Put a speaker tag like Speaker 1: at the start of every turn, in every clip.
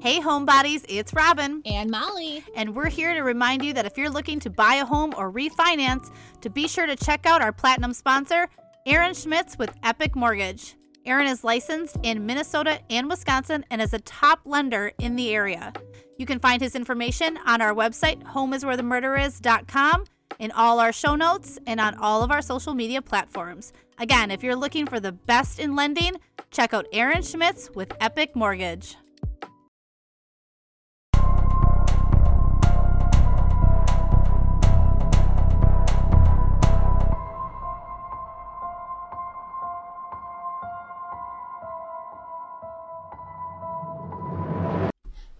Speaker 1: Hey, homebodies, it's Robin.
Speaker 2: And Molly.
Speaker 1: And we're here to remind you that if you're looking to buy a home or refinance, to be sure to check out our platinum sponsor, Aaron Schmitz with Epic Mortgage. Aaron is licensed in Minnesota and Wisconsin and is a top lender in the area. You can find his information on our website, homeiswherethemurderis.com, in all our show notes, and on all of our social media platforms. Again, if you're looking for the best in lending, check out Aaron Schmitz with Epic Mortgage.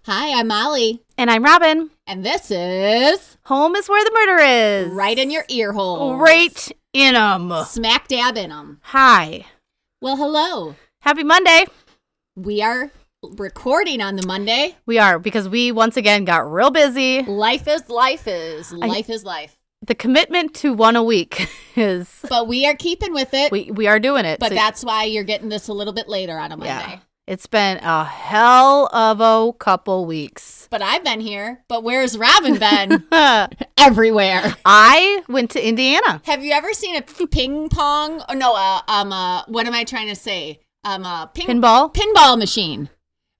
Speaker 2: Hi, I'm Molly.
Speaker 1: And I'm Robin.
Speaker 2: And this is
Speaker 1: Home is where the murder is.
Speaker 2: Right in Your Ear Hole.
Speaker 1: Right in 'em.
Speaker 2: Smack dab in them.
Speaker 1: Hi.
Speaker 2: Well, hello.
Speaker 1: Happy Monday.
Speaker 2: We are recording on the Monday.
Speaker 1: We are because we once again got real busy.
Speaker 2: Life is life is. Life is life.
Speaker 1: The commitment to one a week is
Speaker 2: But we are keeping with it.
Speaker 1: we we are doing it.
Speaker 2: but
Speaker 1: So,
Speaker 2: that's why you're getting this a little bit later on a Monday.
Speaker 1: yeah. It's been a hell of a couple weeks.
Speaker 2: But I've been here. But where's Robin been? Everywhere.
Speaker 1: I went to Indiana.
Speaker 2: Have you ever seen a ping pong? Oh, no, uh, um, uh, what am I trying to say? Um, uh, ping
Speaker 1: Pinball?
Speaker 2: pinball machine.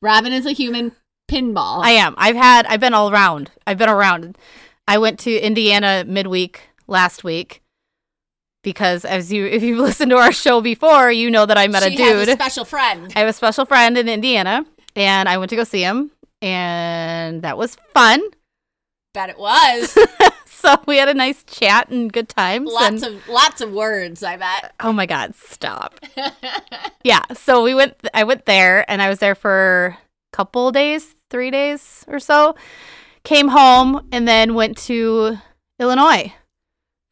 Speaker 2: Robin is a human pinball.
Speaker 1: I am. I've had I've been all around. I've been around. I went to Indiana midweek last week because as you if you've listened to our show before, you know that I met
Speaker 2: she
Speaker 1: a
Speaker 2: has
Speaker 1: dude.
Speaker 2: a special friend.
Speaker 1: I have a special friend in Indiana, and I went to go see him, and that was fun.
Speaker 2: Bet it was
Speaker 1: So we had a nice chat and good times.
Speaker 2: lots
Speaker 1: and,
Speaker 2: of lots of words. I bet.
Speaker 1: oh my god, stop! yeah, so we went. I went there, and I was there for a couple days, three days or so. Came home, and then went to Illinois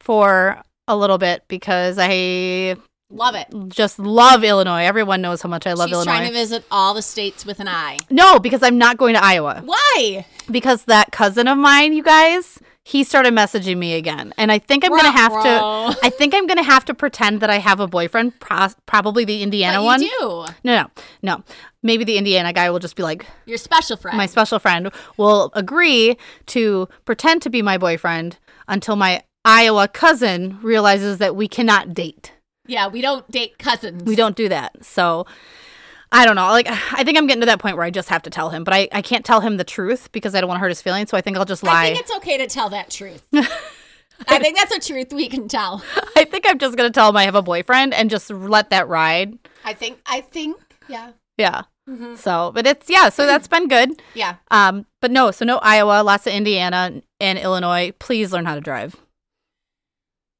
Speaker 1: for a little bit because I
Speaker 2: Love it.
Speaker 1: just love Illinois. Everyone knows how much I love
Speaker 2: She's
Speaker 1: Illinois.
Speaker 2: trying to visit all the states with an eye.
Speaker 1: no, because I'm not going to Iowa.
Speaker 2: Why?
Speaker 1: because that cousin of mine, you guys, he started messaging me again, and I think I'm gonna have to.
Speaker 2: Ruh-roh.
Speaker 1: I think I'm gonna have to pretend that I have a boyfriend, pros- probably the Indiana
Speaker 2: But
Speaker 1: one.
Speaker 2: you do.
Speaker 1: No, no, no. Maybe the Indiana guy will just be like,
Speaker 2: Your special friend.
Speaker 1: my special friend will agree to pretend to be my boyfriend until my Iowa cousin realizes that we cannot date.
Speaker 2: yeah, we don't date cousins.
Speaker 1: We don't do that. So I don't know. Like I think I'm getting to that point where I just have to tell him, but I, I can't tell him the truth because I don't want to hurt his feelings. So I think I'll just lie.
Speaker 2: I think it's okay to tell that truth. I think that's a truth we can tell.
Speaker 1: I think I'm just gonna tell him I have a boyfriend and just let that ride.
Speaker 2: I think. I think. Yeah.
Speaker 1: Yeah.
Speaker 2: Mm-hmm.
Speaker 1: So, but it's yeah. So that's been good.
Speaker 2: Yeah.
Speaker 1: Um, but no. So no Iowa, lots of Indiana and Illinois. Please learn how to drive.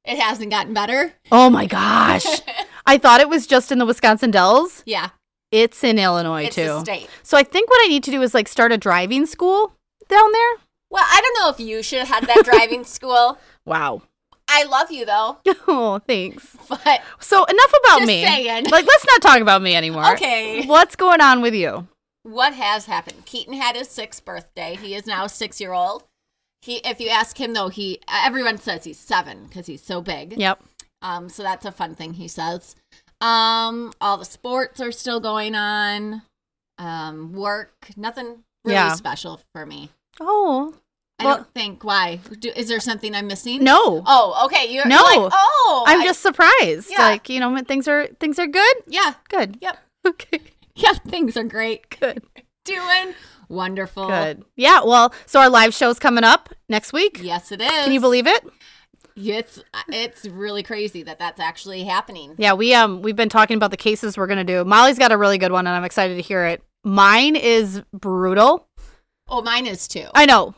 Speaker 2: It hasn't gotten better.
Speaker 1: Oh my gosh. I thought it was just in the Wisconsin Dells.
Speaker 2: Yeah.
Speaker 1: It's in Illinois
Speaker 2: It's a
Speaker 1: too.
Speaker 2: state.
Speaker 1: So I think what I need to do is like start a driving school down there.
Speaker 2: Well, I don't know if you should have had that driving school.
Speaker 1: Wow.
Speaker 2: I love you though,
Speaker 1: Oh, thanks.
Speaker 2: but
Speaker 1: So enough about
Speaker 2: Just
Speaker 1: me.
Speaker 2: saying.
Speaker 1: Like, let's not talk about me anymore.
Speaker 2: Okay.
Speaker 1: What's going on with you?
Speaker 2: what has happened? Keaton had his sixth birthday. He is now six year old. He, if you ask him though, he everyone says he's seven because he's so big.
Speaker 1: Yep.
Speaker 2: Um, so that's a fun thing he says. Um, all the sports are still going on. Um, work, nothing really
Speaker 1: Yeah.
Speaker 2: special for me.
Speaker 1: Oh.
Speaker 2: I
Speaker 1: Well-
Speaker 2: don't think why. Do, is there something I'm missing?
Speaker 1: No.
Speaker 2: Oh, okay. You're,
Speaker 1: No.
Speaker 2: you're like, oh,
Speaker 1: I'm
Speaker 2: I-
Speaker 1: just surprised.
Speaker 2: Yeah.
Speaker 1: Like, you know, when things are things are good.
Speaker 2: yeah,
Speaker 1: Good.
Speaker 2: yep,
Speaker 1: Okay.
Speaker 2: yeah. Things are great.
Speaker 1: Good.
Speaker 2: doing wonderful.
Speaker 1: Good. Yeah, well, so our live show's coming up next week.
Speaker 2: Yes, it is.
Speaker 1: Can you believe it?
Speaker 2: it's it's really crazy that that's actually happening.
Speaker 1: Yeah, we um we've been talking about the cases we're going to do. Molly's got a really good one and I'm excited to hear it. Mine is brutal.
Speaker 2: Oh, mine is too.
Speaker 1: I know.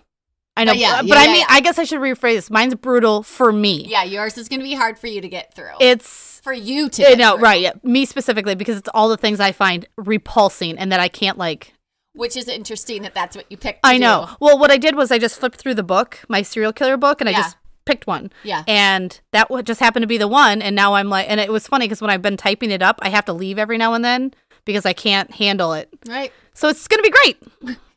Speaker 1: I know.
Speaker 2: Oh, yeah,
Speaker 1: but
Speaker 2: yeah,
Speaker 1: I
Speaker 2: yeah,
Speaker 1: mean,
Speaker 2: yeah.
Speaker 1: I guess I should rephrase this. Mine's brutal for me.
Speaker 2: yeah, yours is going to be hard for you to get through.
Speaker 1: It's
Speaker 2: for you to
Speaker 1: I
Speaker 2: get
Speaker 1: know,
Speaker 2: through,
Speaker 1: Eh, right. Yeah, me specifically because it's all the things I find repulsing and that I can't like
Speaker 2: Which is interesting that that's what you picked. to
Speaker 1: I know.
Speaker 2: do.
Speaker 1: Well, what I did was I just flipped through the book, my serial killer book, and I
Speaker 2: Yeah.
Speaker 1: just picked one.
Speaker 2: Yeah.
Speaker 1: And that wa- just happened to be the one. And now I'm like, and it was funny because when I've been typing it up, I have to leave every now and then because I can't handle it.
Speaker 2: Right.
Speaker 1: So it's going to be great.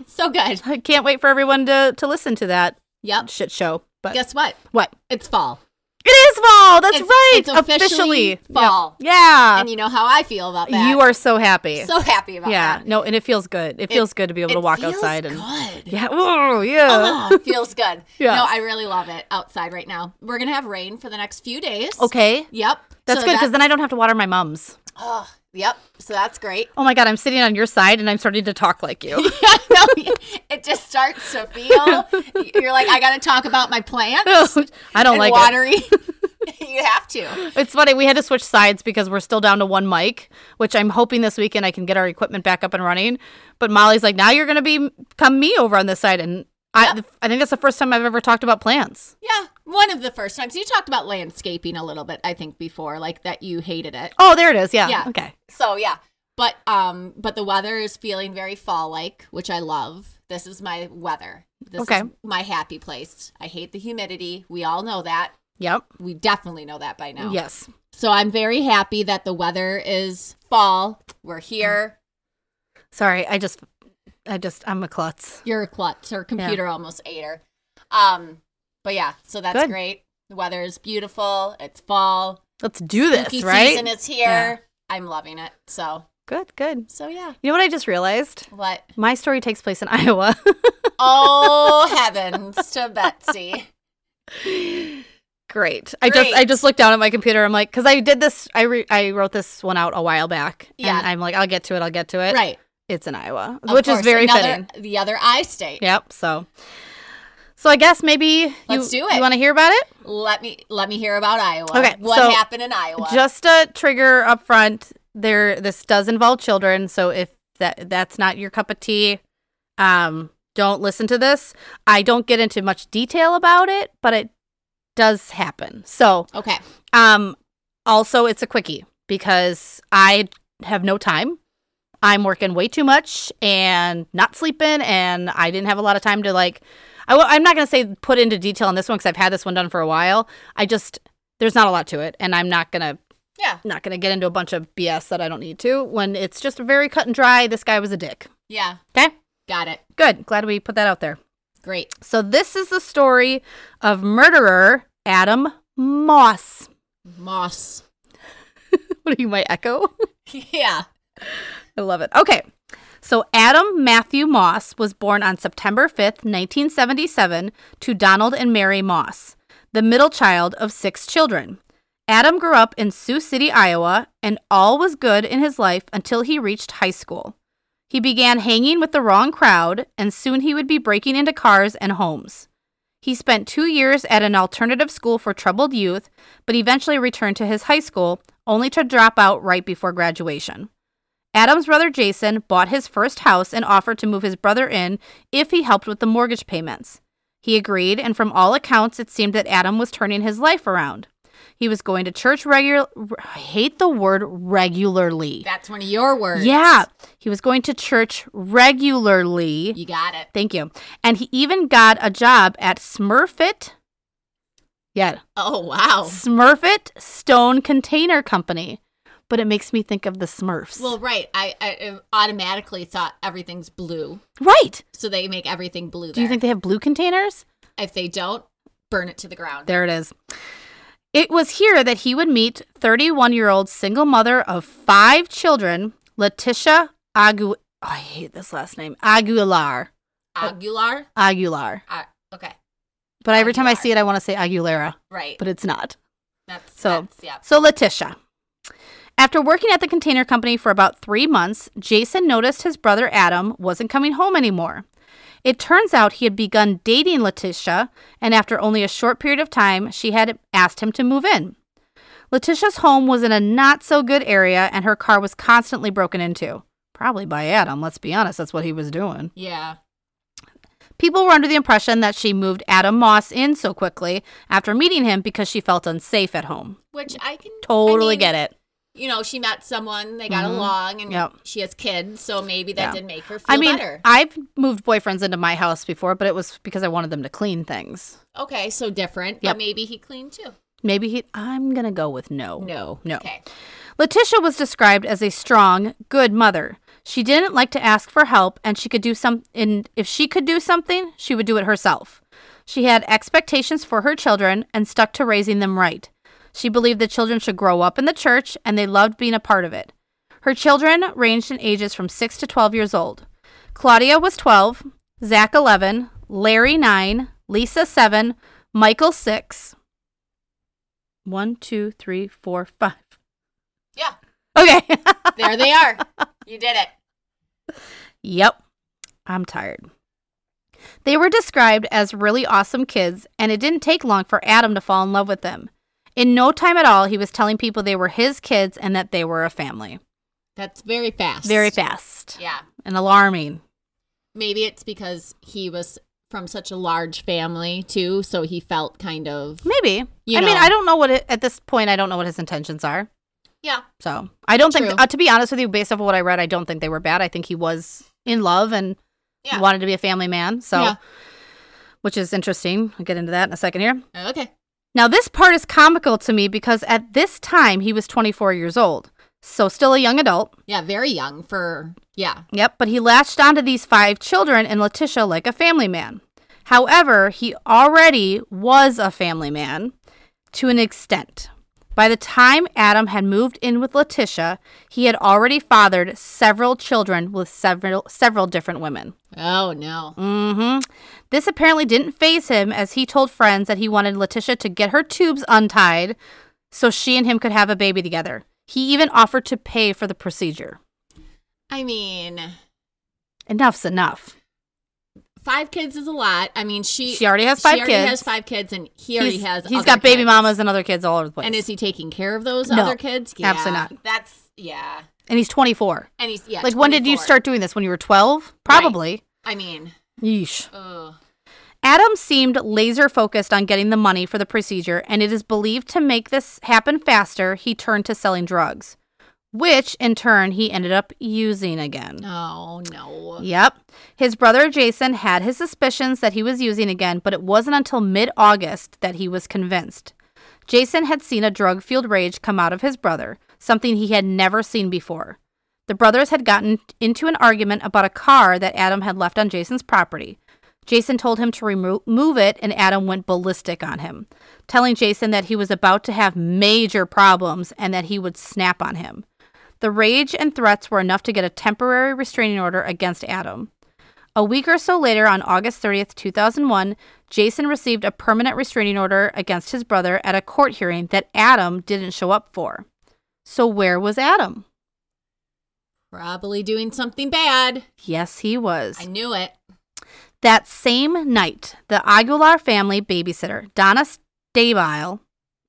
Speaker 2: So good.
Speaker 1: I can't wait for everyone to, to listen to that
Speaker 2: Yep.
Speaker 1: shit show. But
Speaker 2: Guess what?
Speaker 1: what?
Speaker 2: It's fall.
Speaker 1: It is fall. That's
Speaker 2: It's-
Speaker 1: right.
Speaker 2: it's officially fall.
Speaker 1: Yeah.
Speaker 2: And you know how I feel about that.
Speaker 1: You are so happy.
Speaker 2: so happy about
Speaker 1: yeah.
Speaker 2: that.
Speaker 1: No, and it feels good. It, feels good to be able to
Speaker 2: It
Speaker 1: walk
Speaker 2: feels
Speaker 1: outside and
Speaker 2: good.
Speaker 1: yeah. Oh, yeah.
Speaker 2: Oh, it feels good.
Speaker 1: Yeah.
Speaker 2: No, I really love it outside right now. We're gonna have rain for the next few days.
Speaker 1: Okay.
Speaker 2: Yep.
Speaker 1: That's
Speaker 2: So
Speaker 1: good because
Speaker 2: that-
Speaker 1: then I don't have to water my mums.
Speaker 2: oh, yep. So that's great.
Speaker 1: Oh my god, I'm sitting on your side and I'm starting to talk like you.
Speaker 2: No, it just starts to feel. You're like, I gotta talk about my plants
Speaker 1: I don't
Speaker 2: and
Speaker 1: like it.
Speaker 2: watery. you have to.
Speaker 1: It's funny. We had to switch sides because we're still down to one mic, which I'm hoping this weekend I can get our equipment back up and running. But Molly's like, now you're going to be come me over on this side, and I I think that's the first time I've ever talked about plants.
Speaker 2: Yeah. One of the first times you talked about landscaping a little bit, I think before, like that you hated it.
Speaker 1: Oh, there it is. Yeah.
Speaker 2: Yeah.
Speaker 1: Okay.
Speaker 2: So yeah, but um, but the weather is feeling very fall-like, which I love. This is my weather. This
Speaker 1: Okay.
Speaker 2: is my happy place. I hate the humidity. We all know that.
Speaker 1: Yep.
Speaker 2: We definitely know that by now.
Speaker 1: Yes.
Speaker 2: So I'm very happy that the weather is fall. We're here.
Speaker 1: Sorry, I just I just I'm a klutz.
Speaker 2: You're a klutz. Her computer almost ate her. Um, but yeah, so that's
Speaker 1: Good.
Speaker 2: great. The weather is beautiful. It's fall.
Speaker 1: Let's do this,
Speaker 2: Spooky
Speaker 1: right?
Speaker 2: season is here.
Speaker 1: Yeah.
Speaker 2: I'm loving it. So
Speaker 1: Good. Good.
Speaker 2: so yeah.
Speaker 1: You know what I just realized?
Speaker 2: What?
Speaker 1: My story takes place in Iowa.
Speaker 2: Oh heavens to Betsy.
Speaker 1: Great. I just I
Speaker 2: Great.
Speaker 1: just looked down at my computer. I'm like, because I did this. I re- I wrote this one out a while back.
Speaker 2: Yeah.
Speaker 1: And I'm like, I'll get to it. I'll get to it.
Speaker 2: Right.
Speaker 1: It's in Iowa,
Speaker 2: Of
Speaker 1: Uh, which is
Speaker 2: course,
Speaker 1: very
Speaker 2: another,
Speaker 1: fitting.
Speaker 2: The other I state.
Speaker 1: Yep. So, so I guess maybe
Speaker 2: Let's
Speaker 1: you,
Speaker 2: do it.
Speaker 1: You want to hear about it?
Speaker 2: Let me let me hear about Iowa.
Speaker 1: Okay,
Speaker 2: What
Speaker 1: so
Speaker 2: happened in Iowa?
Speaker 1: Just a trigger up front. There, this does involve children. So if that that's not your cup of tea, um, don't listen to this. I don't get into much detail about it, but it does happen. So
Speaker 2: okay.
Speaker 1: Um, also, it's a quickie because I have no time. I'm working way too much and not sleeping, and I didn't have a lot of time to like. I, wa- I'm not going to say put into detail on this one because I've had this one done for a while. I just there's not a lot to it, and I'm not gonna
Speaker 2: Yeah.
Speaker 1: not gonna get into a bunch of BS that I don't need to when it's just very cut and dry. This guy was a dick.
Speaker 2: Yeah.
Speaker 1: Okay,
Speaker 2: Got it.
Speaker 1: good. Glad we put that out there.
Speaker 2: Great.
Speaker 1: So this is the story of murderer Adam Moss.
Speaker 2: Moss.
Speaker 1: What do you my echo?
Speaker 2: Yeah.
Speaker 1: I love it. Okay. So Adam Matthew Moss was born on September 5th, 1977, to Donald and Mary Moss, the middle child of six children. Adam grew up in Sioux City, Iowa, and all was good in his life until he reached high school. He began hanging with the wrong crowd, and soon he would be breaking into cars and homes. He spent two years at an alternative school for troubled youth, but eventually returned to his high school, only to drop out right before graduation. Adam's brother Jason bought his first house and offered to move his brother in if he helped with the mortgage payments. He agreed, and from all accounts, it seemed that Adam was turning his life around. He was going to church regular. I hate the word regularly.
Speaker 2: That's one of your words.
Speaker 1: Yeah, he was going to church regularly.
Speaker 2: You got it.
Speaker 1: Thank you. And he even got a job at Smurfit. Yeah,
Speaker 2: Oh wow.
Speaker 1: Smurfit Stone Container Company. But it makes me think of the Smurfs.
Speaker 2: Well, right. I, I automatically thought everything's blue,
Speaker 1: right.
Speaker 2: so they make everything blue. There.
Speaker 1: Do you think they have blue containers?
Speaker 2: if they don't, burn it to the ground?
Speaker 1: There it is. It was here that he would meet 31 year old single mother of five children, Letitia Agu. oh, I hate this last name. Aguilar.
Speaker 2: Aguilar.
Speaker 1: Aguilar.
Speaker 2: Uh, okay.
Speaker 1: But every time I
Speaker 2: Aguilar.
Speaker 1: see it, I want to say Aguilera,
Speaker 2: Right.
Speaker 1: but it's not.
Speaker 2: that's
Speaker 1: so-
Speaker 2: That's, yeah.
Speaker 1: So, Letitia. After working at the container company for about three months, Jason noticed his brother Adam wasn't coming home anymore. It turns out he had begun dating Letitia, and after only a short period of time, she had asked him to move in. Letitia's home was in a not so good area, and her car was constantly broken into. Probably by Adam, let's be honest, that's what he was doing.
Speaker 2: Yeah.
Speaker 1: People were under the impression that she moved Adam Moss in so quickly after meeting him because she felt unsafe at home.
Speaker 2: Which I can
Speaker 1: Totally
Speaker 2: I mean,
Speaker 1: get it.
Speaker 2: You know, she met someone, they got
Speaker 1: Mhm.
Speaker 2: along, and
Speaker 1: Yep.
Speaker 2: she has kids, so maybe that
Speaker 1: Yeah.
Speaker 2: did make her feel
Speaker 1: I mean,
Speaker 2: better.
Speaker 1: I've moved boyfriends into my house before, but it was because I wanted them to clean things.
Speaker 2: Okay, so different,
Speaker 1: Yep.
Speaker 2: but maybe he cleaned too.
Speaker 1: Maybe he, I'm going to go with no.
Speaker 2: No.
Speaker 1: No.
Speaker 2: Okay.
Speaker 1: Letitia was described as a strong, good mother. She didn't like to ask for help and she could do some and if she could do something, she would do it herself. She had expectations for her children and stuck to raising them right. She believed the children should grow up in the church and they loved being a part of it. Her children ranged in ages from 6 to 12 years old. Claudia was 12, Zach 11, Larry 9, Lisa 7, Michael 6. One, two, three, four, five.
Speaker 2: Yeah,
Speaker 1: Okay.
Speaker 2: there they are. You did it.
Speaker 1: Yep. I'm tired. They were described as really awesome kids, and it didn't take long for Adam to fall in love with them. In no time at all, he was telling people they were his kids and that they were a family.
Speaker 2: That's very fast.
Speaker 1: Very fast
Speaker 2: Yeah.
Speaker 1: and alarming.
Speaker 2: Maybe it's because he was from such a large family too, so he felt kind of
Speaker 1: Maybe.
Speaker 2: You
Speaker 1: I mean,
Speaker 2: know.
Speaker 1: I don't know what, it, at this point, I don't know what his intentions are.
Speaker 2: yeah.
Speaker 1: So I don't
Speaker 2: True.
Speaker 1: think, uh, to be honest with you, based off of what I read, I don't think they were bad. I think he was in love and
Speaker 2: Yeah.
Speaker 1: wanted to be a family man. So,
Speaker 2: Yeah.
Speaker 1: which is interesting. I'll get into that in a second here.
Speaker 2: Oh, Okay.
Speaker 1: Now, this part is comical to me because at this time he was 24 years old. So, still a young adult.
Speaker 2: Yeah, very young for yeah.
Speaker 1: Yep. But he latched onto these five children and Letitia like a family man. However, he already was a family man to an extent. By the time Adam had moved in with Letitia, he had already fathered several children with several several different women.
Speaker 2: Oh no.
Speaker 1: hmm This apparently didn't phase him as he told friends that he wanted Letitia to get her tubes untied so she and him could have a baby together. He even offered to pay for the procedure.
Speaker 2: I mean,
Speaker 1: Enough's enough.
Speaker 2: five kids is a lot. I mean, she
Speaker 1: She already has five
Speaker 2: she already
Speaker 1: kids.
Speaker 2: has five kids, and he already
Speaker 1: he's,
Speaker 2: has.
Speaker 1: He's
Speaker 2: other
Speaker 1: got baby
Speaker 2: kids.
Speaker 1: mamas and other kids all over the place.
Speaker 2: And is he taking care of those
Speaker 1: No,
Speaker 2: other kids? Yeah,
Speaker 1: absolutely not.
Speaker 2: That's yeah.
Speaker 1: And he's 24.
Speaker 2: And he's yeah.
Speaker 1: like, when did you
Speaker 2: 24.
Speaker 1: start doing this? When you were 12? Probably.
Speaker 2: I mean,
Speaker 1: Yeesh.
Speaker 2: ugh.
Speaker 1: Adam seemed laser focused on getting the money for the procedure, and it is believed to make this happen faster, he turned to selling drugs, which in turn he ended up using again.
Speaker 2: no, no.
Speaker 1: Yep. His brother Jason had his suspicions that he was using again, but it wasn't until mid August that he was convinced. Jason had seen a drug fueled rage come out of his brother, something he had never seen before. The brothers had gotten into an argument about a car that Adam had left on Jason's property. Jason told him to remo- remove it, and Adam went ballistic on him, telling Jason that he was about to have major problems and that he would snap on him. The rage and threats were enough to get a temporary restraining order against Adam. A week or so later, on August 30th, 2001, Jason received a permanent restraining order against his brother at a court hearing that Adam didn't show up for. So, where was Adam?
Speaker 2: Probably doing something bad.
Speaker 1: Yes, he was.
Speaker 2: I knew it.
Speaker 1: That same night, the Aguilar family babysitter, Donna Stabile,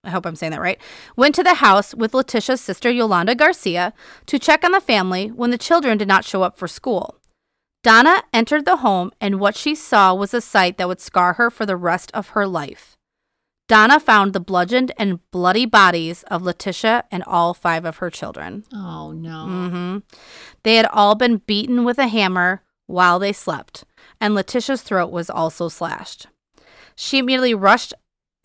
Speaker 1: I hope I'm saying that right, went to the house with Letitia's sister Yolanda Garcia to check on the family when the children did not show up for school. Donna entered the home, and what she saw was a sight that would scar her for the rest of her life. Donna found the bludgeoned and bloody bodies of Letitia and all five of her children.
Speaker 2: Oh no.
Speaker 1: hmm They had all been beaten with a hammer while they slept, and Letitia's throat was also slashed. She immediately rushed.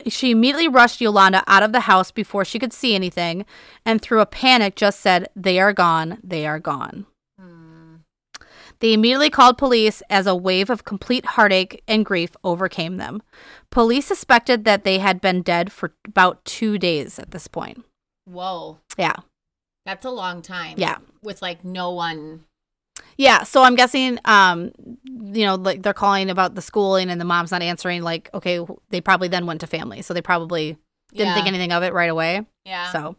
Speaker 1: She immediately rushed Yolanda out of the house before she could see anything, and through a panic, just said, "They are gone. They are gone."
Speaker 2: Mm.
Speaker 1: They immediately called police as a wave of complete heartache and grief overcame them. Police suspected that they had been dead for about two days at this point.
Speaker 2: Whoa,
Speaker 1: Yeah,
Speaker 2: that's a long time.
Speaker 1: yeah.
Speaker 2: with like no one.
Speaker 1: Yeah, so I'm guessing, um, you know, like they're calling about the schooling and the mom's not answering. Like, okay, wh- they probably then went to family, so they probably didn't
Speaker 2: yeah.
Speaker 1: think anything of it right away.
Speaker 2: Yeah.
Speaker 1: So,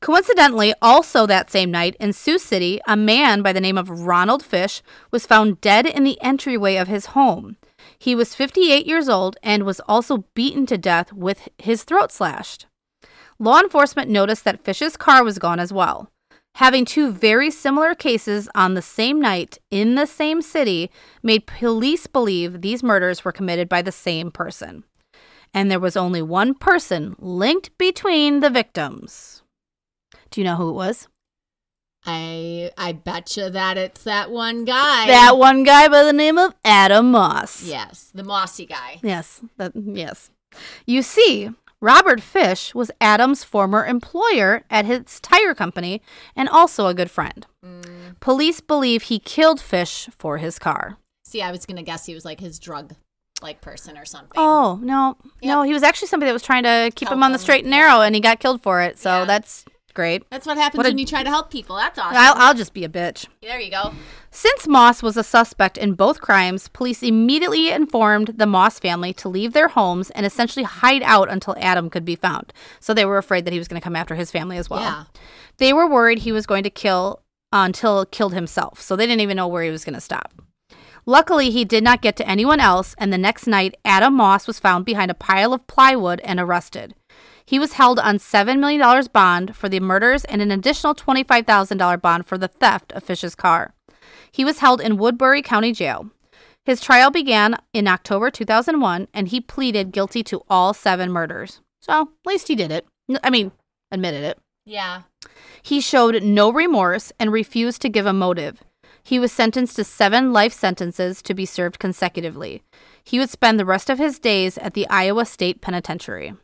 Speaker 1: coincidentally, also that same night in Sioux City, a man by the name of Ronald Fish was found dead in the entryway of his home. He was 58 years old and was also beaten to death with his throat slashed. Law enforcement noticed that Fish's car was gone as well. Having two very similar cases on the same night in the same city made police believe these murders were committed by the same person and there was only one person linked between the victims. Do you know who it was?
Speaker 2: I I bet you that it's that one guy.
Speaker 1: that one guy by the name of Adam Moss.
Speaker 2: Yes, the mossy guy.
Speaker 1: Yes. That yes. You see, Robert Fish was Adam's former employer at his tire company and also a good friend.
Speaker 2: Mm.
Speaker 1: Police believe he killed Fish for his car.
Speaker 2: See, I was gonna guess he was like his drug like person or something.
Speaker 1: Oh no, no, he was actually somebody that was trying to keep him on the straight and narrow, and he got killed for it. So
Speaker 2: Yeah.
Speaker 1: that's great.
Speaker 2: That's what happens
Speaker 1: What a-
Speaker 2: when you try to help people. That's awesome.
Speaker 1: I'll, I'll just be a bitch.
Speaker 2: there you go.
Speaker 1: Since Moss was a suspect in both crimes, police immediately informed the Moss family to leave their homes and essentially hide out until Adam could be found. So they were afraid that he was going to come after his family as well.
Speaker 2: Yeah.
Speaker 1: They were worried he was going to kill uh, until killed himself. So they didn't even know where he was going to stop. Luckily, he did not get to anyone else, and the next night, Adam Moss was found behind a pile of plywood and arrested. He was held on $7 million bond for the murders and an additional $25,000 bond for the theft of Fish's car. He was held in Woodbury County Jail. His trial began in October 2001, and he pleaded guilty to all seven murders. So, at least he did it. N- I mean, admitted it.
Speaker 2: Yeah.
Speaker 1: He showed no remorse and refused to give a motive. He was sentenced to seven life sentences to be served consecutively. He would spend the rest of his days at the Iowa State Penitentiary.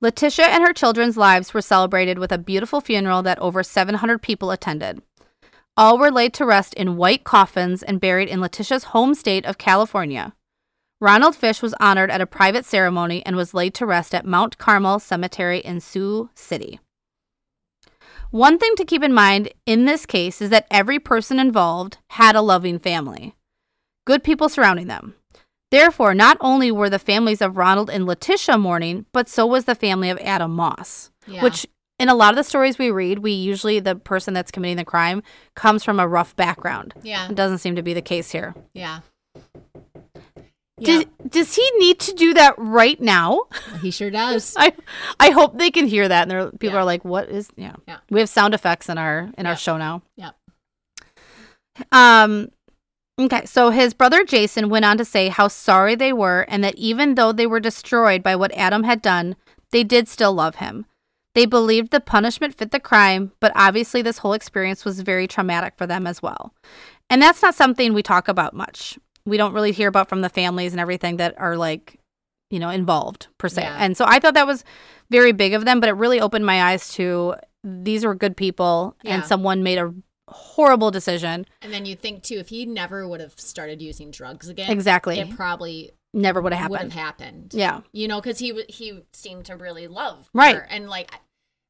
Speaker 1: Letitia and her children's lives were celebrated with a beautiful funeral that over 700 people attended. All were laid to rest in white coffins and buried in Letitia's home state of California. Ronald Fish was honored at a private ceremony and was laid to rest at Mount Carmel Cemetery in Sioux City. One thing to keep in mind in this case is that every person involved had a loving family, good people surrounding them. Therefore, not only were the families of Ronald and Letitia mourning, but so was the family of Adam Moss,
Speaker 2: Yeah.
Speaker 1: which in a lot of the stories we read, we usually the person that's committing the crime comes from a rough background.
Speaker 2: Yeah.
Speaker 1: It doesn't seem to be the case here.
Speaker 2: Yeah.
Speaker 1: Does, does he need to do that right now?
Speaker 2: Yeah, he sure does.
Speaker 1: I I hope they can hear that and there people
Speaker 2: Yeah.
Speaker 1: are like, what is yeah.
Speaker 2: Yeah.
Speaker 1: We have sound effects in our in
Speaker 2: Yeah.
Speaker 1: our show now.
Speaker 2: Yep.
Speaker 1: Um okay, so his brother Jason went on to say how sorry they were and that even though they were destroyed by what Adam had done, they did still love him. They believed the punishment fit the crime, but obviously this whole experience was very traumatic for them as well. And that's not something we talk about much. We don't really hear about from the families and everything that are like, you know, involved per se.
Speaker 2: Yeah.
Speaker 1: And so I thought that was very big of them, but it really opened my eyes to these were good people and
Speaker 2: Yeah.
Speaker 1: someone made a horrible decision.
Speaker 2: And then you think too, if he never would have started using drugs again,
Speaker 1: Exactly.
Speaker 2: it probably
Speaker 1: Never would have
Speaker 2: would have
Speaker 1: happened.
Speaker 2: happened.
Speaker 1: Yeah.
Speaker 2: You know, because he w- he seemed to really love
Speaker 1: Right.
Speaker 2: her. and like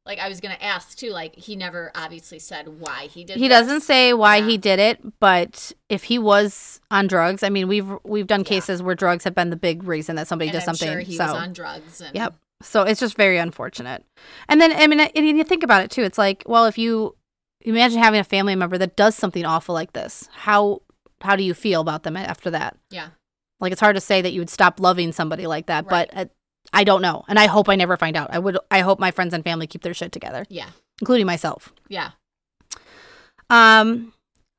Speaker 2: like I was gonna ask too, like he never obviously said why he did.
Speaker 1: He
Speaker 2: this.
Speaker 1: doesn't say why
Speaker 2: Yeah.
Speaker 1: he did it, but if he was on drugs, I mean, we've we've done cases where drugs have been the big reason that somebody
Speaker 2: and
Speaker 1: does
Speaker 2: I'm
Speaker 1: something.
Speaker 2: Sure he
Speaker 1: so
Speaker 2: was on drugs. And,
Speaker 1: Yep. So it's just very unfortunate. And then I mean, and you think about it too. It's like, well, if you imagine having a family member that does something awful like this, how how do you feel about them after that?
Speaker 2: Yeah.
Speaker 1: Like it's hard to say that you would stop loving somebody like that,
Speaker 2: Right.
Speaker 1: but uh, I don't know, and I hope I never find out. I would. I hope my friends and family keep their shit together,
Speaker 2: Yeah.
Speaker 1: including myself.
Speaker 2: Yeah.
Speaker 1: Um,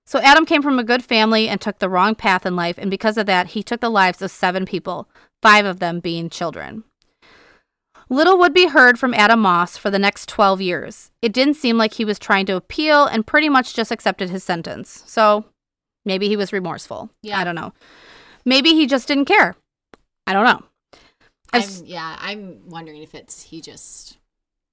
Speaker 1: so Adam came from a good family and took the wrong path in life, and because of that, he took the lives of seven people, five of them being children. Little would be heard from Adam Moss for the next 12 years. It didn't seem like he was trying to appeal and pretty much just accepted his sentence. So maybe he was remorseful.
Speaker 2: Yeah.
Speaker 1: I don't know. Maybe he just didn't care. I don't know.
Speaker 2: I'm,
Speaker 1: I've-
Speaker 2: yeah. I'm wondering if it's he just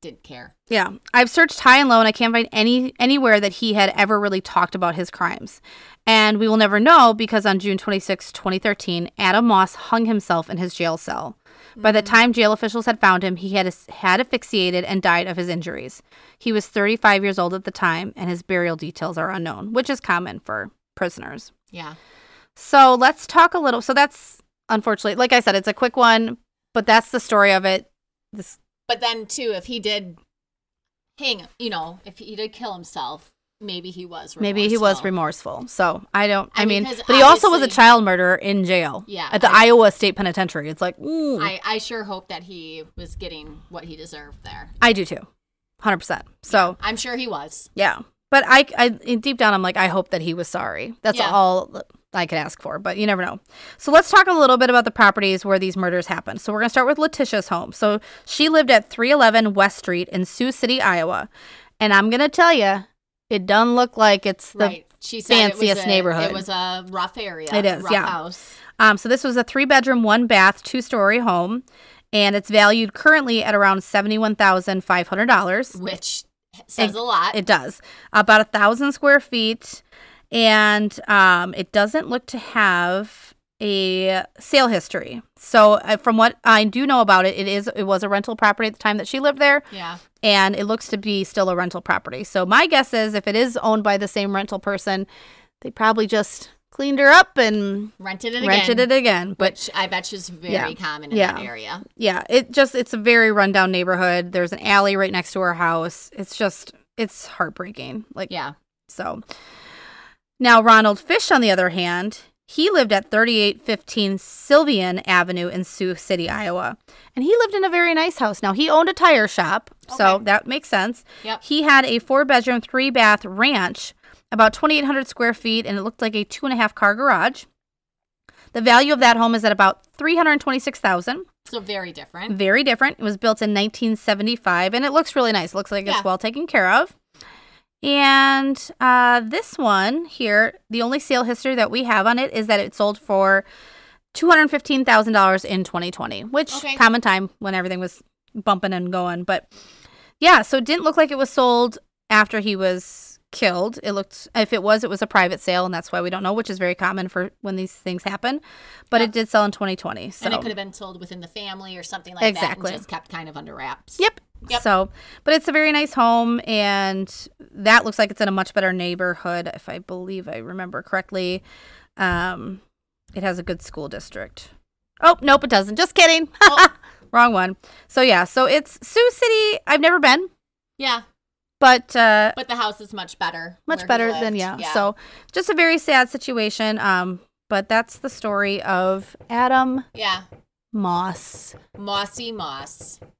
Speaker 2: didn't care.
Speaker 1: Yeah, I've searched high and low, and I can't find any anywhere that he had ever really talked about his crimes. And we will never know because on June 26, 2013, Adam Moss hung himself in his jail cell. By the time jail officials had found him, he had had asphyxiated and died of his injuries. He was 35 years old at the time, and his burial details are unknown, which is common for prisoners.
Speaker 2: Yeah.
Speaker 1: So let's talk a little. So that's unfortunately, like I said, it's a quick one, but that's the story of it. This
Speaker 2: But then too, if he did hang, you know, if he did kill himself, maybe he was. Remorseful.
Speaker 1: maybe he was remorseful. So I don't. I,
Speaker 2: I mean,
Speaker 1: mean,
Speaker 2: 'cause
Speaker 1: but he also was a
Speaker 2: obviously-
Speaker 1: child murderer in jail.
Speaker 2: Yeah,
Speaker 1: at the
Speaker 2: I-
Speaker 1: Iowa State Penitentiary. It's like, mm, ooh, I,
Speaker 2: I, I sure hope that he was getting what he deserved there.
Speaker 1: do too, hundred percent. So
Speaker 2: I'm sure he was.
Speaker 1: yeah. but I, I deep down, I'm like, I hope that he was sorry. That's
Speaker 2: Yeah.
Speaker 1: all I could ask for. But you never know. So let's talk a little bit about the properties where these murders happened. So we're gonna start with Letitia's home. So she lived at 311 West Street in Sioux City, Iowa, and I'm gonna tell you, it doesn't look like it's the
Speaker 2: right. She said it was
Speaker 1: fanciest
Speaker 2: a,
Speaker 1: neighborhood.
Speaker 2: It was a rough area.
Speaker 1: It is,
Speaker 2: rough
Speaker 1: yeah.
Speaker 2: House.
Speaker 1: Um, so this was a three bedroom, one bath, two story home, and it's valued currently at around seventy one thousand five hundred dollars.
Speaker 2: which says a lot.
Speaker 1: It does about a thousand square feet, and um, it doesn't look to have a sale history. So uh, from what I do know about it, it is it was a rental property at the time that she lived there,
Speaker 2: Yeah.
Speaker 1: and it looks to be still a rental property. So my guess is if it is owned by the same rental person, they probably just cleaned her up and
Speaker 2: Rented it
Speaker 1: rented
Speaker 2: again.
Speaker 1: it again. But
Speaker 2: Which I bet is very
Speaker 1: Yeah.
Speaker 2: common in
Speaker 1: Yeah.
Speaker 2: that area.
Speaker 1: yeah, it just it's a very rundown neighborhood. There's an alley right next to her house. It's just it's heartbreaking. Like
Speaker 2: Yeah.
Speaker 1: So now Ronald Fish, on the other hand, he lived at 3815 Sylvian Avenue in Sioux City, Iowa. And he lived in a very nice house. Now, he owned a tire shop, so
Speaker 2: Okay.
Speaker 1: that makes sense.
Speaker 2: Yep.
Speaker 1: He had a four bedroom, three bath ranch, about 2,800 square feet, and it looked like a two and a half car garage. The value of that home is at about 326000
Speaker 2: So very different.
Speaker 1: very different. It was built in 1975 and it looks really nice. Looks like
Speaker 2: Yeah.
Speaker 1: it's well taken care of. And uh, this one here, the only sale history that we have on it is that it sold for $215,000 in 2020, which
Speaker 2: Okay.
Speaker 1: common time when everything was bumping and going. But yeah, so it didn't look like it was sold after he was killed. It looked, if it was, it was a private sale, and that's why we don't know, which is very common for when these things happen. But it did sell in 2020. So
Speaker 2: And it could have been sold within the family or something like that.
Speaker 1: Exactly.
Speaker 2: And just kept kind of under wraps.
Speaker 1: Yep.
Speaker 2: Yep.
Speaker 1: So, but it's a very nice home, and that looks like it's in a much better neighborhood, if I believe I remember correctly. Um, it has a good school district. Oh, nope, it doesn't. Just kidding.
Speaker 2: Oh.
Speaker 1: Wrong one. So, yeah, so it's Sioux City. I've never been,
Speaker 2: Yeah.
Speaker 1: but uh,
Speaker 2: But the house is much better.
Speaker 1: much
Speaker 2: where he
Speaker 1: better than,
Speaker 2: lived.
Speaker 1: yeah. So, just a very sad situation. Um, but that's the story of Adam
Speaker 2: Yeah.
Speaker 1: Moss.
Speaker 2: Mossy Moss.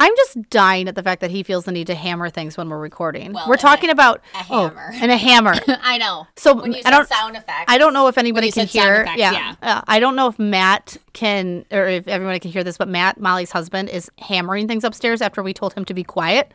Speaker 1: I'm just dying at the fact that he feels the need to hammer things when we're recording.
Speaker 2: Well,
Speaker 1: we're
Speaker 2: and
Speaker 1: talking
Speaker 2: a-
Speaker 1: about
Speaker 2: a
Speaker 1: oh,
Speaker 2: hammer.
Speaker 1: and a hammer.
Speaker 2: I know.
Speaker 1: So
Speaker 2: When you
Speaker 1: I
Speaker 2: said
Speaker 1: don't
Speaker 2: sound effects.
Speaker 1: I don't know if anybody
Speaker 2: you
Speaker 1: can
Speaker 2: said sound
Speaker 1: hear.
Speaker 2: effects,
Speaker 1: yeah, Uh, I don't know if Matt can or if everyone can hear this, but Matt, Molly's husband, is hammering things upstairs after we told him to be quiet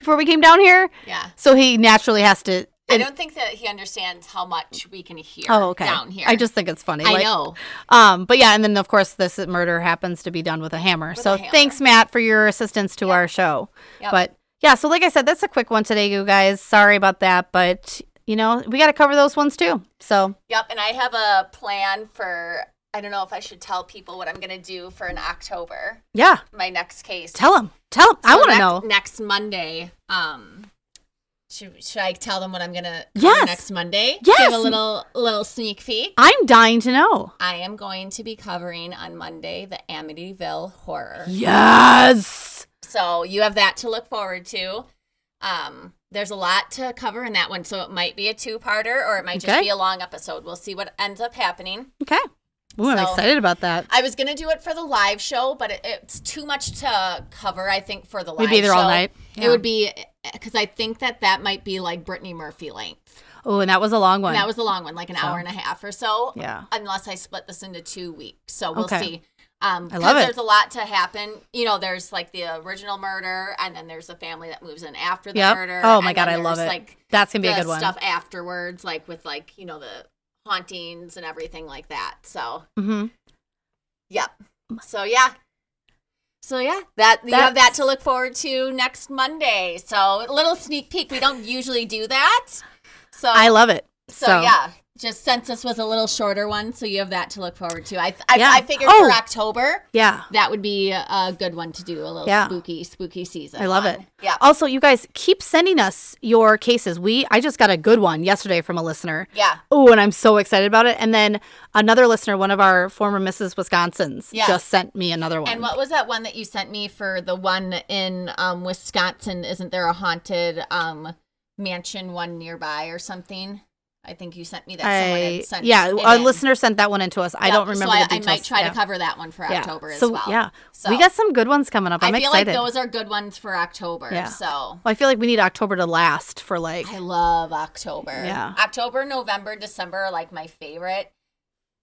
Speaker 1: before we came down here.
Speaker 2: Yeah.
Speaker 1: So he naturally has to.
Speaker 2: I
Speaker 1: and-
Speaker 2: don't think that he understands how much we can hear
Speaker 1: oh, okay.
Speaker 2: down here.
Speaker 1: I just think it's funny.
Speaker 2: I
Speaker 1: like-
Speaker 2: know.
Speaker 1: Um, but yeah, and then of course this murder happens to be done with a hammer. so
Speaker 2: a hammer.
Speaker 1: thanks, Matt, for your assistance to our show.
Speaker 2: Yep.
Speaker 1: But yeah, so like I said, that's a quick one today, you guys. Sorry about that, but you know we got to cover those ones too. So
Speaker 2: Yep, and I have a plan for I don't know if I should tell people what I'm going to do for an October,
Speaker 1: yeah,
Speaker 2: my next case.
Speaker 1: tell them, tell them. I
Speaker 2: So
Speaker 1: want to
Speaker 2: next-
Speaker 1: know.
Speaker 2: Next Monday, um should, should I tell them what I'm going to
Speaker 1: Yes.
Speaker 2: next Monday?
Speaker 1: Yes.
Speaker 2: Give a little little sneak peek.
Speaker 1: I'm dying to know.
Speaker 2: I am going to be covering on Monday the Amityville horror.
Speaker 1: Yes.
Speaker 2: So you have that to look forward to. Um, there's a lot to cover in that one, so it might be a two-parter or it might just
Speaker 1: Okay.
Speaker 2: be a long episode. We'll see what ends up happening.
Speaker 1: Okay. Ooh, I'm
Speaker 2: So-
Speaker 1: excited about that.
Speaker 2: I was gonna do it for the live show, but it, it's too much to cover. I think for the live
Speaker 1: We'd be there all
Speaker 2: show.
Speaker 1: night. Yeah.
Speaker 2: It would be because I think that that might be like Brittany Murphy length.
Speaker 1: Oh, and that was a long one.
Speaker 2: That was a long one, like an hour and a half or so.
Speaker 1: Yeah.
Speaker 2: Unless I split this into two weeks, so we'll
Speaker 1: Okay.
Speaker 2: see. Um,
Speaker 1: I
Speaker 2: 'cause
Speaker 1: love it.
Speaker 2: There's a lot to happen. You know, there's like the original murder, and then there's a family that moves in after the
Speaker 1: Yep.
Speaker 2: murder.
Speaker 1: Oh my
Speaker 2: and
Speaker 1: god,
Speaker 2: then
Speaker 1: I love
Speaker 2: there's,
Speaker 1: it.
Speaker 2: Like
Speaker 1: That's gonna be
Speaker 2: the
Speaker 1: a good one.
Speaker 2: stuff afterwards, like with like you know the hauntings and everything like that. So
Speaker 1: hmm
Speaker 2: Yep. So yeah. So yeah, that you have that
Speaker 1: That's-
Speaker 2: to look forward to next Monday. So a little sneak peek. We don't usually do that. So
Speaker 1: I love it.
Speaker 2: so, yeah. Just since this was a little shorter one, so you have that to look forward to. I I,
Speaker 1: Yeah.
Speaker 2: I figured
Speaker 1: Oh.
Speaker 2: for October
Speaker 1: Yeah.
Speaker 2: that would be a good one to do a little
Speaker 1: Yeah.
Speaker 2: spooky spooky season.
Speaker 1: I love
Speaker 2: one.
Speaker 1: it. Oh.
Speaker 2: Yeah.
Speaker 1: Also, you guys keep sending us your cases. We I just got a good one yesterday from a listener.
Speaker 2: Yeah.
Speaker 1: Oh, and I'm so excited about it. And then another listener, one of our former Mrs. Wisconsin's,
Speaker 2: Yeah.
Speaker 1: just sent me another one.
Speaker 2: And what was that one that you sent me for the one in um, Wisconsin? Isn't there a haunted um, mansion one nearby or something? I think you sent me that. Someone
Speaker 1: I,
Speaker 2: had sent
Speaker 1: yeah,
Speaker 2: it
Speaker 1: a
Speaker 2: in.
Speaker 1: listener sent that one in to us. I
Speaker 2: Yep,
Speaker 1: don't remember the
Speaker 2: So I,
Speaker 1: details.
Speaker 2: I might try
Speaker 1: Yeah.
Speaker 2: to cover that one for October
Speaker 1: so,
Speaker 2: as well.
Speaker 1: Yeah.
Speaker 2: So-
Speaker 1: we got some good ones coming up.
Speaker 2: I
Speaker 1: I'm
Speaker 2: feel
Speaker 1: excited.
Speaker 2: like those are good ones for October.
Speaker 1: Yeah.
Speaker 2: So
Speaker 1: Well, I feel like we need October to last for like
Speaker 2: I love October.
Speaker 1: Yeah.
Speaker 2: October, November, December are like my favorite.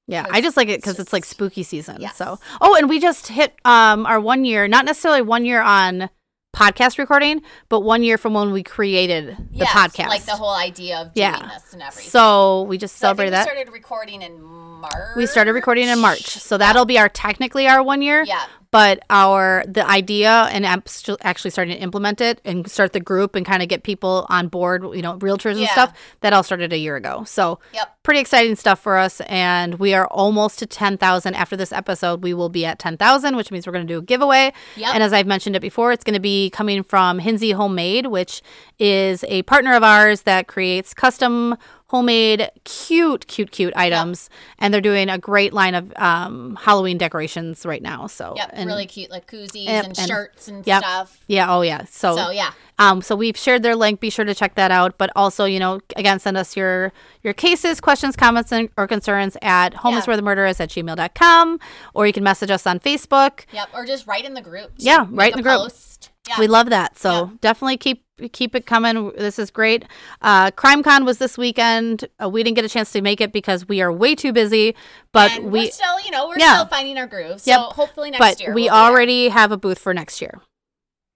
Speaker 1: yeah.
Speaker 2: because
Speaker 1: I just like it because
Speaker 2: it's
Speaker 1: it's like
Speaker 2: just-
Speaker 1: spooky season.
Speaker 2: Yes.
Speaker 1: So oh, and we just hit um our one year, not necessarily one year on podcast recording, but one year from when we created the
Speaker 2: Yes,
Speaker 1: podcast.
Speaker 2: Like the whole idea of doing
Speaker 1: Yeah.
Speaker 2: this and everything.
Speaker 1: so we just
Speaker 2: So I think
Speaker 1: celebrated that.
Speaker 2: We started recording in March.
Speaker 1: we started recording in March, so that'll be our technically our one year.
Speaker 2: Yeah.
Speaker 1: but our the idea and I'm st- actually starting to implement it and start the group and kind of get people on board, you know, realtors and
Speaker 2: Yeah.
Speaker 1: stuff. That all started a year ago. So
Speaker 2: Yep.
Speaker 1: pretty exciting stuff for us, and we are almost to ten thousand. After this episode, we will be at ten thousand, which means we're going to do a giveaway.
Speaker 2: Yep.
Speaker 1: And as I've mentioned it before, it's going to be coming from Hinsey Homemade, which is a partner of ours that creates custom homemade cute cute cute items and they're doing a great line of um, halloween decorations right now so
Speaker 2: yep.
Speaker 1: and-
Speaker 2: really cute, like koozies
Speaker 1: Yep,
Speaker 2: and,
Speaker 1: and-
Speaker 2: shirts and
Speaker 1: yep.
Speaker 2: stuff.
Speaker 1: yeah oh yeah so,
Speaker 2: So yeah.
Speaker 1: um, so we've shared their link. Be sure to check that out. But also, you know, again, send us your your cases, questions, comments, and or concerns at homeless
Speaker 2: Yeah.
Speaker 1: where the murder is at gmail.com or you can message us on Facebook.
Speaker 2: Yep. Or just write in the group. too.
Speaker 1: Yeah,
Speaker 2: Make
Speaker 1: write in
Speaker 2: a
Speaker 1: the group.
Speaker 2: Post. Yeah.
Speaker 1: We love that. So definitely keep keep it coming. This is great. Uh, CrimeCon was this weekend. Uh, we didn't get a chance to make it because we are way too busy. But
Speaker 2: and
Speaker 1: we
Speaker 2: we're still, you know, we're
Speaker 1: Yeah.
Speaker 2: still finding our groove. So
Speaker 1: Yep.
Speaker 2: hopefully next
Speaker 1: but
Speaker 2: year.
Speaker 1: we
Speaker 2: we'll be there.
Speaker 1: already have a booth for next year.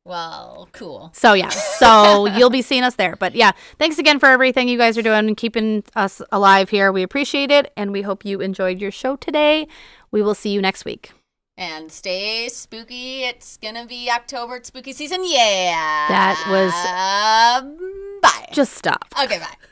Speaker 2: Well, cool.
Speaker 1: So yeah, so you'll be seeing us there. But yeah, thanks again for everything you guys are doing and keeping us alive here. We appreciate it, and we hope you enjoyed your show today. We will see you next week.
Speaker 2: And stay spooky. It's gonna be October. It's spooky season. Yeah.
Speaker 1: That was-
Speaker 2: Um, bye.
Speaker 1: Just stop.
Speaker 2: Okay. Bye.